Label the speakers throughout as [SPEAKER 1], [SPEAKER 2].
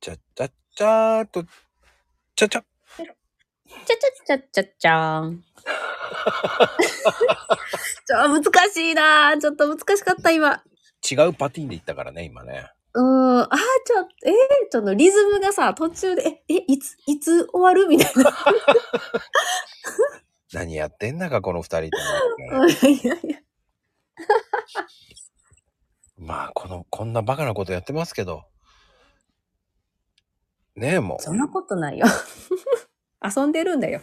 [SPEAKER 1] ちゃちゃちゃーと、ちゃちゃ。
[SPEAKER 2] ちゃちゃちゃちゃちゃーん。 ちょ、難しいなーちょっと難しかった、今。
[SPEAKER 1] 違うパティーンで言ったからね、今ね。
[SPEAKER 2] うーん、あー、ちょ、えー、ちょっとリズムがさ、途中で、え、え、いつ、いつ終わるみたいな。
[SPEAKER 1] 何やってんだか、この二人って思 うよね。
[SPEAKER 2] うんいやいや
[SPEAKER 1] まあ、この、こんなバカなことやってますけど。ねえ、も
[SPEAKER 2] そんな
[SPEAKER 1] う。
[SPEAKER 2] ことないよ。遊んでるんだよ。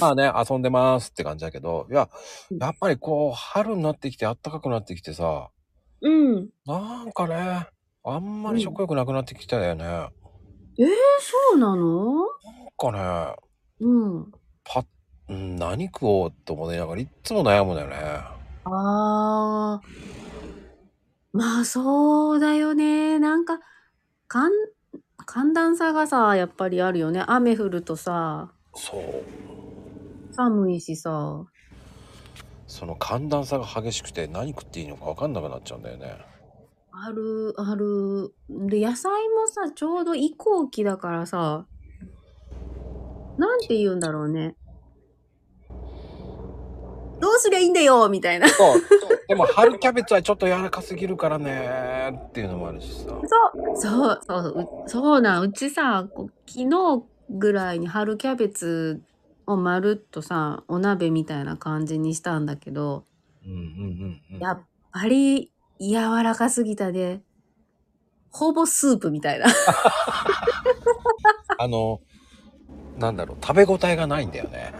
[SPEAKER 1] まあね、遊んでますって感じだけど、いや、やっぱりこう、春になってきて、暖かくなってきてさ、
[SPEAKER 2] うん。
[SPEAKER 1] なんかね、あんまり食欲なくなってきたよね。なん
[SPEAKER 2] え、そうなの
[SPEAKER 1] かね、
[SPEAKER 2] うん。
[SPEAKER 1] パうん何食おうと思いながらいっつも悩むんだよね。
[SPEAKER 2] ああ。まあそうだよね。なんか、かん、寒暖差がさ、やっぱりあるよね。雨降るとさ、
[SPEAKER 1] そう。
[SPEAKER 2] 寒いしさ。
[SPEAKER 1] その寒暖差が激しくて何食っていいのか分かんなくなっちゃうんだよね。
[SPEAKER 2] ある、ある。で、野菜もさ、ちょうど移行期だからさ、なんて言うんだろうね。どうすりゃいいんだよみたいな。 そ
[SPEAKER 1] そう。でも春キャベツはちょっと柔らかすぎるからねっていうのもあるしさ。
[SPEAKER 2] う、そう、そう、うそうなん。うちさ、こう昨日ぐらいに春キャベツをまるっとさ、お鍋みたいな感じにしたんだけど、
[SPEAKER 1] うんうんうん、うん。
[SPEAKER 2] やっぱり柔らかすぎたで、ほぼスープみたいな。
[SPEAKER 1] あの、なんだろう、食べ応えがないんだよね。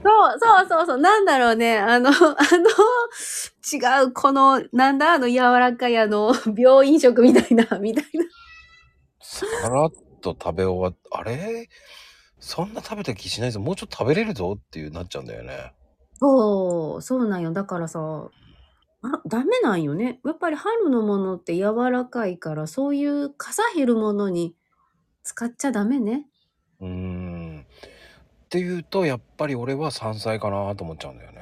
[SPEAKER 2] そうそうそうそう、なんだろうね。あの、あ の、違う、この、なんだ、あの柔らかいあの、病院食みたいな、 みたいな。
[SPEAKER 1] さらっと食べ終わっあれそんな食べた気しないぞ。もうちょっと食べれるぞっていうなっちゃうんだよね。
[SPEAKER 2] そう、そうなんよ。だからさ、あダメなんよね。やっぱり春のものって柔らかいから、そういうかさ減るものに使っちゃダメね。
[SPEAKER 1] うーん。っていうと、やっぱり俺は山菜かなと思っちゃうんだよね。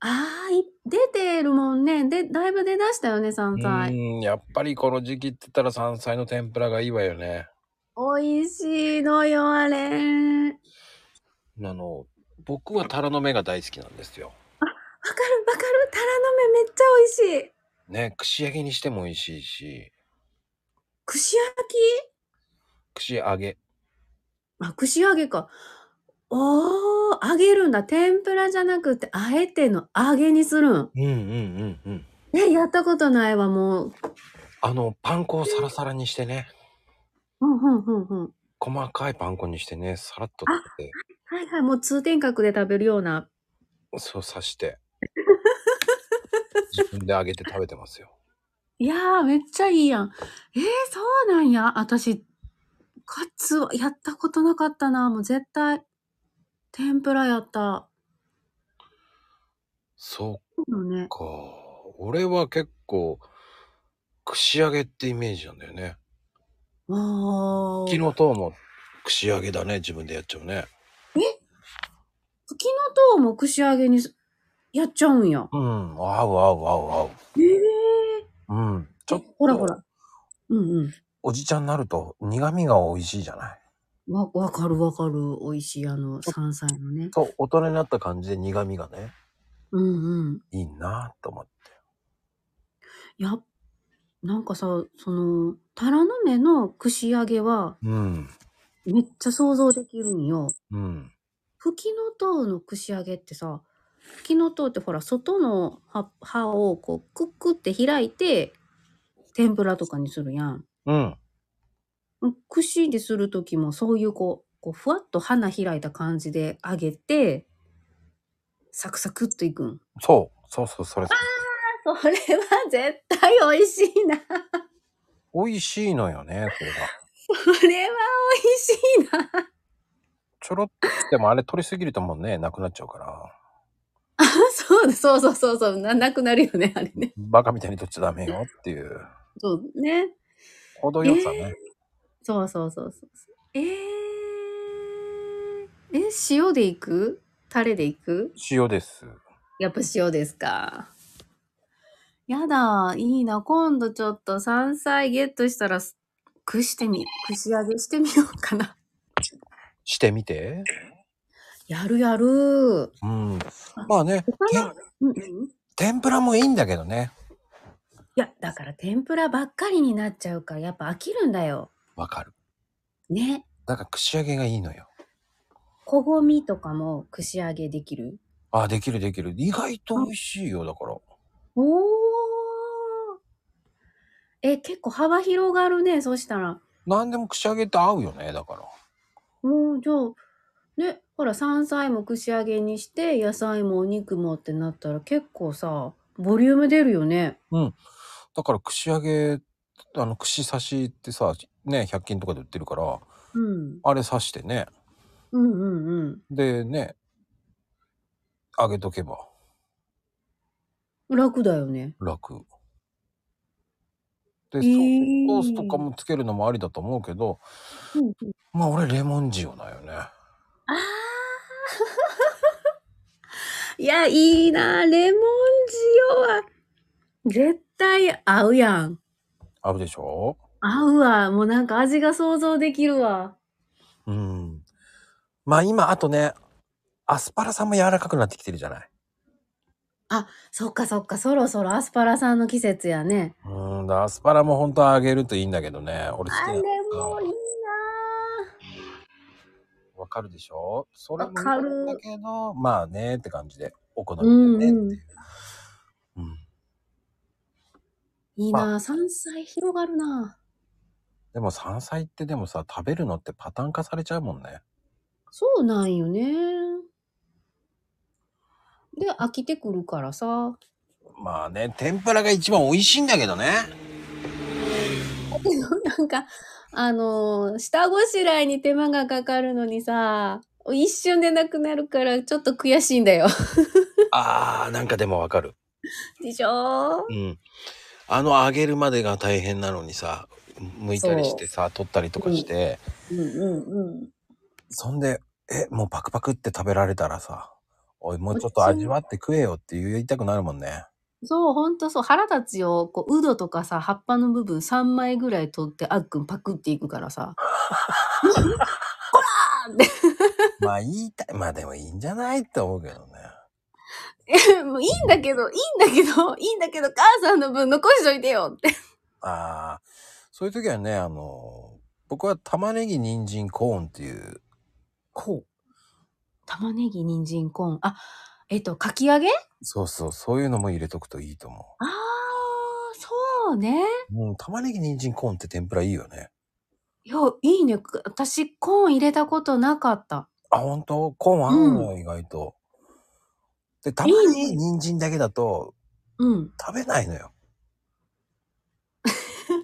[SPEAKER 2] ああ、い出てるもんね。で、だいぶ出だしたよね、山
[SPEAKER 1] う
[SPEAKER 2] 菜。
[SPEAKER 1] ーん、やっぱりこの時期って言ったら山菜の天ぷらがいいわよね。
[SPEAKER 2] 美味しいのよ、あれ。わ
[SPEAKER 1] あの、僕はタラの芽が大好きなんですよ。
[SPEAKER 2] かるわかる。タラの芽めっちゃ美味しい。
[SPEAKER 1] ね、串揚げにしても美味しいし、
[SPEAKER 2] 串焼き
[SPEAKER 1] 串揚げ。
[SPEAKER 2] あ、串揚げか。おー、揚げるんだ。天ぷらじゃなくて、あえての揚げにするん。
[SPEAKER 1] うんうんうんうん。
[SPEAKER 2] ね、やったことないわ、もう。
[SPEAKER 1] あの、パン粉をサラサラにしてね、
[SPEAKER 2] うん、うん、うん、うん。
[SPEAKER 1] 細かいパン粉にしてね、サラッと食べて、
[SPEAKER 2] はいはい、もう通天閣で食べるような。
[SPEAKER 1] そう刺して、自分で揚げて食べてますよ。
[SPEAKER 2] いやー、めっちゃいいやん。えー、そうなんや。私、カツはやったことなかったな。もう絶対、天ぷらやった。
[SPEAKER 1] そ
[SPEAKER 2] そうだね
[SPEAKER 1] っ。か。俺は結構、串揚げってイメージなんだよね。
[SPEAKER 2] あー。
[SPEAKER 1] 昨日とも串揚げだね、自分でやっちゃうね。
[SPEAKER 2] 茎の塔も串揚げにすやっちゃうんや。
[SPEAKER 1] うん、合う合う合
[SPEAKER 2] えー。
[SPEAKER 1] う合う。うん。ちょっと、
[SPEAKER 2] ほらほら。うんうん。
[SPEAKER 1] おじちゃんになると苦味が美味しいじゃない。
[SPEAKER 2] わ、わかるわかる。美味しい、あの、山菜のね。
[SPEAKER 1] そう、大人になった感じで苦味がね、
[SPEAKER 2] うんうん。
[SPEAKER 1] いいなぁと思って。
[SPEAKER 2] やっ、なんかさ、その、タラの芽の串揚げは、
[SPEAKER 1] うん。
[SPEAKER 2] めっちゃ想像できるんよ。
[SPEAKER 1] うん。
[SPEAKER 2] フキノトウの串揚げってさ、フキノトウってほら、外の葉葉をこう、クックって開いて、天ぷらとかにするやん。
[SPEAKER 1] うん。
[SPEAKER 2] 串でする時もそういうこう、こうふわっと花開いた感じで揚げて、サクサクっといくん。
[SPEAKER 1] そう。そうそう、それ。
[SPEAKER 2] それは絶対美味しいな。
[SPEAKER 1] 美味しいのよね、それが。
[SPEAKER 2] それは美味しいな。
[SPEAKER 1] ちょろっとでもあれ取りすぎるともうね、なくなっちゃうから。
[SPEAKER 2] あそうだ、そうそうそうそう、な、なくなるよね、あれね。
[SPEAKER 1] バカみたいに取っちゃダメよっていう。
[SPEAKER 2] そうね。
[SPEAKER 1] 程よさね。
[SPEAKER 2] そうそうそうそう。えー、え、塩でいくタレでいく
[SPEAKER 1] 塩です。
[SPEAKER 2] やっぱ塩ですか。やだ、いいな。今度ちょっと山菜ゲットしたら、くしてみ、串揚げしてみようかな。
[SPEAKER 1] してみて。
[SPEAKER 2] やるやる。
[SPEAKER 1] うん。まあね、
[SPEAKER 2] 他の、うんうん。い
[SPEAKER 1] 天ぷらもいいんだけどね。
[SPEAKER 2] や、だから天ぷらばっかりになっちゃうから、やっぱ飽きるんだよ。
[SPEAKER 1] わかる。
[SPEAKER 2] ね。
[SPEAKER 1] だから串揚げがいいのよ。
[SPEAKER 2] こごみとかも串揚げできる
[SPEAKER 1] あ、できるできる。意外と美味しいよ、だから。
[SPEAKER 2] おー。え、結構幅広がるね、そしたら。
[SPEAKER 1] 何でも串揚げって合うよね、だから。
[SPEAKER 2] もうじゃあ、ね、ほら、山菜も串揚げにして、野菜もお肉もってなったら結構さ、ボリューム出るよね。
[SPEAKER 1] だから串揚げ、あの、串刺しってさ、ね、100均とかで売ってるから、
[SPEAKER 2] うん。
[SPEAKER 1] あれ刺してね。
[SPEAKER 2] うんうんうん。
[SPEAKER 1] でね、揚げとけば
[SPEAKER 2] 楽だよね。
[SPEAKER 1] 楽。で、ソ
[SPEAKER 2] えー
[SPEAKER 1] ソースとかもつけるのもありだと思うけど、
[SPEAKER 2] うんうん、
[SPEAKER 1] まあ俺レモン塩だよね。
[SPEAKER 2] あーいや、いいな。レモン塩は、絶対合うやん。
[SPEAKER 1] 合うでしょ
[SPEAKER 2] 合うわ。もうなんか味が想像できるわ。
[SPEAKER 1] うん。まあ今、あとね、アスパラさんも柔らかくなってきてるじゃない。
[SPEAKER 2] そっかそっか、そろそろアスパラさんの季節やね。
[SPEAKER 1] うんだ、アスパラも本当は揚げるといいんだけどね。俺好き
[SPEAKER 2] あ
[SPEAKER 1] な
[SPEAKER 2] れ
[SPEAKER 1] の
[SPEAKER 2] もいいな
[SPEAKER 1] わかるでしょそれもい
[SPEAKER 2] わかる
[SPEAKER 1] いんだけど、まあねって感じで、お好
[SPEAKER 2] ぁ。う
[SPEAKER 1] み
[SPEAKER 2] ん
[SPEAKER 1] でね。
[SPEAKER 2] うん。
[SPEAKER 1] うん。
[SPEAKER 2] いいなぁ。山菜広がるなぁ。
[SPEAKER 1] でも山菜ってでもさ、食べるのってパターン化されちゃうもんね。
[SPEAKER 2] そうなんよね。で、飽きてくるからさ。
[SPEAKER 1] まあね、天ぷらが一番美味しいんだけどね。
[SPEAKER 2] なんか、あのー下ごしらえに手間がかかるのにさ、一瞬でなくなるからちょっと悔しいんだよ。
[SPEAKER 1] あー、なんかでもわかる。
[SPEAKER 2] でしょ
[SPEAKER 1] うん。あの揚げるまでが大変なのにさ、剥いたりしてさ、取ったりとかして、
[SPEAKER 2] うんうんうん。
[SPEAKER 1] そんで、え、もうパクパクって食べられたらさ、おい、もうちょっと味わって食えよって言いたくなるもんね。
[SPEAKER 2] そう、ほんとそう。腹立つよ。こう、ウドとかさ、葉っぱの部分3枚ぐらい取って、あっくんパクっていくからさ。
[SPEAKER 1] まあ言いたい、まあでもいいんじゃないって思うけどね。
[SPEAKER 2] えもういいんだけど、いいんだけど、いいんだけど、母さんの分残しといてよって。
[SPEAKER 1] ああ、そういう時はね、あの、僕は玉ねぎ、人参、コーンっていう、
[SPEAKER 2] こう。玉ねぎ、人参、コーン。あ、えっと、かき揚げあ
[SPEAKER 1] そうそう、そういうのも入れとくといいと思
[SPEAKER 2] あー、そうね。
[SPEAKER 1] う。うん、玉ねぎ、人参、コーンって天ぷらいいよね。
[SPEAKER 2] いや、いいね。私、コーン入れたことなかった。
[SPEAKER 1] あ、本当コーン合うのよ、意外と。で、玉ねぎ、人参だけだと
[SPEAKER 2] うん。
[SPEAKER 1] 食べないのよ。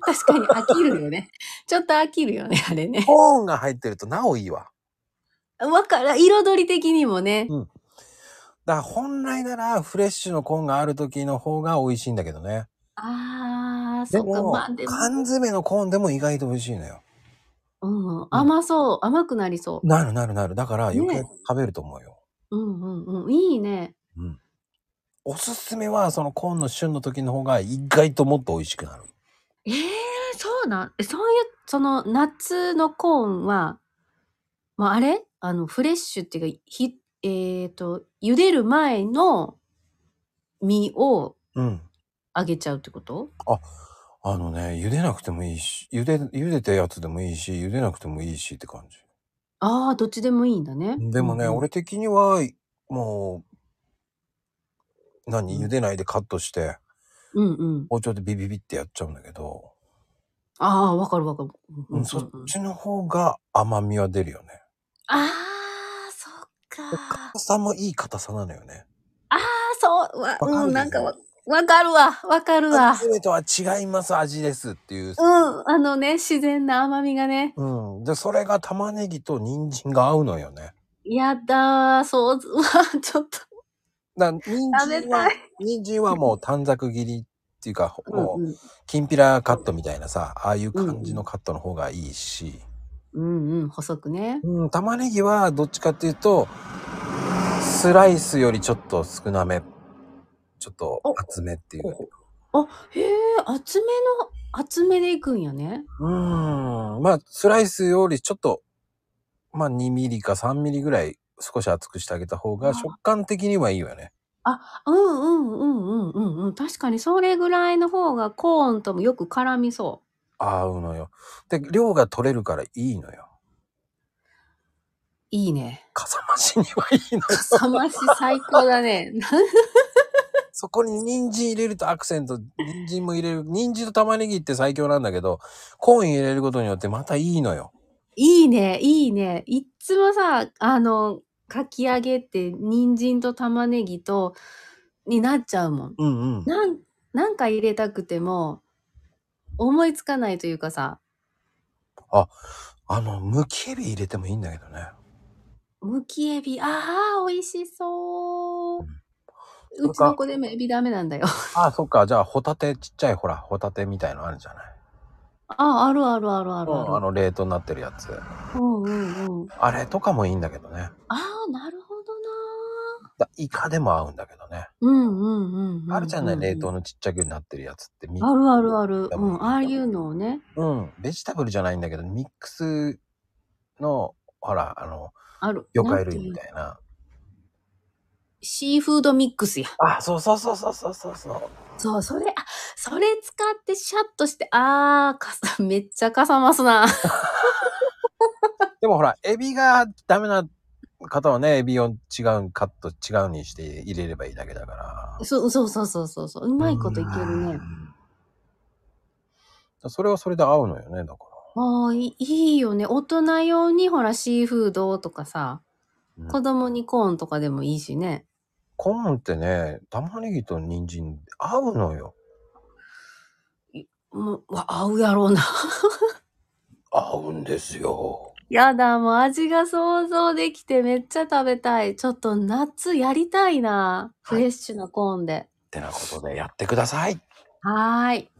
[SPEAKER 2] 確かに飽きるよね。ちょっと飽きるよね、あれね。
[SPEAKER 1] コーンが入ってるとなおいいわ。
[SPEAKER 2] わから、彩り的にもね。
[SPEAKER 1] だから本来ならフレッシュのコーンがある時の方が美味しいんだけどね。
[SPEAKER 2] ああ、
[SPEAKER 1] で
[SPEAKER 2] そっか、
[SPEAKER 1] も、
[SPEAKER 2] まあでも。
[SPEAKER 1] 缶詰のコーンでも意外と美味しいのよ。
[SPEAKER 2] うん、甘そう、甘くなりそう。
[SPEAKER 1] なるなるなる。だから余計
[SPEAKER 2] ね
[SPEAKER 1] 食べると思うよ。
[SPEAKER 2] うんうんうん、いいね。
[SPEAKER 1] うん。おすすめはそのコーンの旬の時の方が意外ともっと美味しくなる。
[SPEAKER 2] ええそうなん、えそういう、その夏のコーンは、まあ、あれあの、フレッシュっていうか、ひ、えっ、と、茹でる前の実を
[SPEAKER 1] うん。
[SPEAKER 2] あげちゃうってこと
[SPEAKER 1] あのね、茹でなくてもいいし、茹で、茹でたやつでもいいし、茹でなくてもいいしって感じ。
[SPEAKER 2] ああ、どっちでもいいんだね。
[SPEAKER 1] でもね、
[SPEAKER 2] うんうん、
[SPEAKER 1] 俺的には、もう、何
[SPEAKER 2] うん
[SPEAKER 1] 茹でないでカットして、
[SPEAKER 2] うんうん。
[SPEAKER 1] 包丁でビビビってやっちゃうんだけど、
[SPEAKER 2] ああ、わかるわかる。うんうん
[SPEAKER 1] う
[SPEAKER 2] うん
[SPEAKER 1] ん、そっちの方が甘みは出るよね。
[SPEAKER 2] ああ、そっ
[SPEAKER 1] で
[SPEAKER 2] か。
[SPEAKER 1] 硬さもいい硬さなのよね。
[SPEAKER 2] あ、そう、わ、
[SPEAKER 1] わかる
[SPEAKER 2] う
[SPEAKER 1] でしょ
[SPEAKER 2] ん、なんかわ、わかるわ、わかるわ。
[SPEAKER 1] 初めとは違います味ですっていう。
[SPEAKER 2] うん、あのね、自然な甘みがね。
[SPEAKER 1] うん。で、それが玉ねぎと人参が合うのよね。
[SPEAKER 2] やだー、そう、うわ、 ちょっと。
[SPEAKER 1] だ人参
[SPEAKER 2] 食べ
[SPEAKER 1] は
[SPEAKER 2] た、
[SPEAKER 1] 人参はもう短冊切りっていうか、もう、
[SPEAKER 2] うん
[SPEAKER 1] きんぴらカットみたいなさ、ああいう感じのカットの方がいいし、
[SPEAKER 2] うん、うん、細くね。
[SPEAKER 1] うん、玉ねぎはどっちかっていうと、スライスよりちょっと少なめ、ちょっと厚めっていう。
[SPEAKER 2] あ、へえ、厚めの、厚めでいくんやね。
[SPEAKER 1] うーん。まあ、スライスよりちょっと、まあ、2ミリか3ミリぐらい少し厚くしてあげた方
[SPEAKER 2] あ
[SPEAKER 1] が食感的にはいいよね。
[SPEAKER 2] あ、うんうんうんうんうんうん。確かにそれぐらいの方がコーンともよく絡みそ
[SPEAKER 1] 合うのよ。で、量が取れるからいいのよ。
[SPEAKER 2] う。いいね。
[SPEAKER 1] かさ増しにはいいのよ。
[SPEAKER 2] かさ増し最高だね。
[SPEAKER 1] そこに人参入れるとアクセント、人参も入れる。人参と玉ねぎって最強なんだけど、コーン入れることによってまたいいのよ。
[SPEAKER 2] いいね、いいね。いっつもさ、あの、かき揚げって人参と玉ねぎと、になっちゃうもん。
[SPEAKER 1] うんうん。
[SPEAKER 2] なん、なんか入れたくても、思いつかないというかさ、
[SPEAKER 1] あの、むきエビ入れてもいいんだけどね。
[SPEAKER 2] むきエビ、ああ、美味しそう。
[SPEAKER 1] うん
[SPEAKER 2] うちの子でもエビダメなんだよ。
[SPEAKER 1] ああ、そっか。じゃあ、ホタテ、ちっちゃい、ほら、ホタテみたいのあるじゃない。
[SPEAKER 2] ああ、あるあるあるあ
[SPEAKER 1] う
[SPEAKER 2] る
[SPEAKER 1] ん、あ
[SPEAKER 2] ある。
[SPEAKER 1] の、冷凍になってるやつ。
[SPEAKER 2] うんうんうん。
[SPEAKER 1] あれとかもいいんだけどね。
[SPEAKER 2] ああ、なるほどな
[SPEAKER 1] だイカでも合うんだけどね。
[SPEAKER 2] ー。うんうんうんうん。
[SPEAKER 1] あるじゃない、冷凍
[SPEAKER 2] の。
[SPEAKER 1] のちっちゃくなってるやつって。ミ
[SPEAKER 2] あるあるある。
[SPEAKER 1] だ
[SPEAKER 2] う
[SPEAKER 1] もん
[SPEAKER 2] ん、ああいうのをね。
[SPEAKER 1] うん、ベジタブルじゃないんだけど、ミックスの、ほら、あの、
[SPEAKER 2] ある。
[SPEAKER 1] 魚介類
[SPEAKER 2] なんて
[SPEAKER 1] み
[SPEAKER 2] いうの
[SPEAKER 1] たいな。
[SPEAKER 2] シーフードミックスや。
[SPEAKER 1] あ、そうそうそうそうそうそうそう。
[SPEAKER 2] そう、それ、あ、それ使ってシャッとして、あー、かさ、めっちゃかさますな。
[SPEAKER 1] でもほら、エビがダメな方はね、エビを違う、カット違うにして入れればいいだけだから。
[SPEAKER 2] そうそうそうそうそうそう。うまいこといける
[SPEAKER 1] う
[SPEAKER 2] ね。
[SPEAKER 1] ん。それはそれで合うのよね、だか
[SPEAKER 2] ああ、いいいよね。大人用にほら、シーフードとかさ、
[SPEAKER 1] ら。うん
[SPEAKER 2] 子供にコーンとかでもいいしね。
[SPEAKER 1] コーンってね、玉ねぎと人参合うのよ。
[SPEAKER 2] もう、わ、合うやろうな。
[SPEAKER 1] 合うんですよ。
[SPEAKER 2] やだ、もう味が想像できてめっちゃ食べたい。ちょっと夏やりたいな。フレッシュなコーンで。
[SPEAKER 1] ってなことでやってください。
[SPEAKER 2] はーい。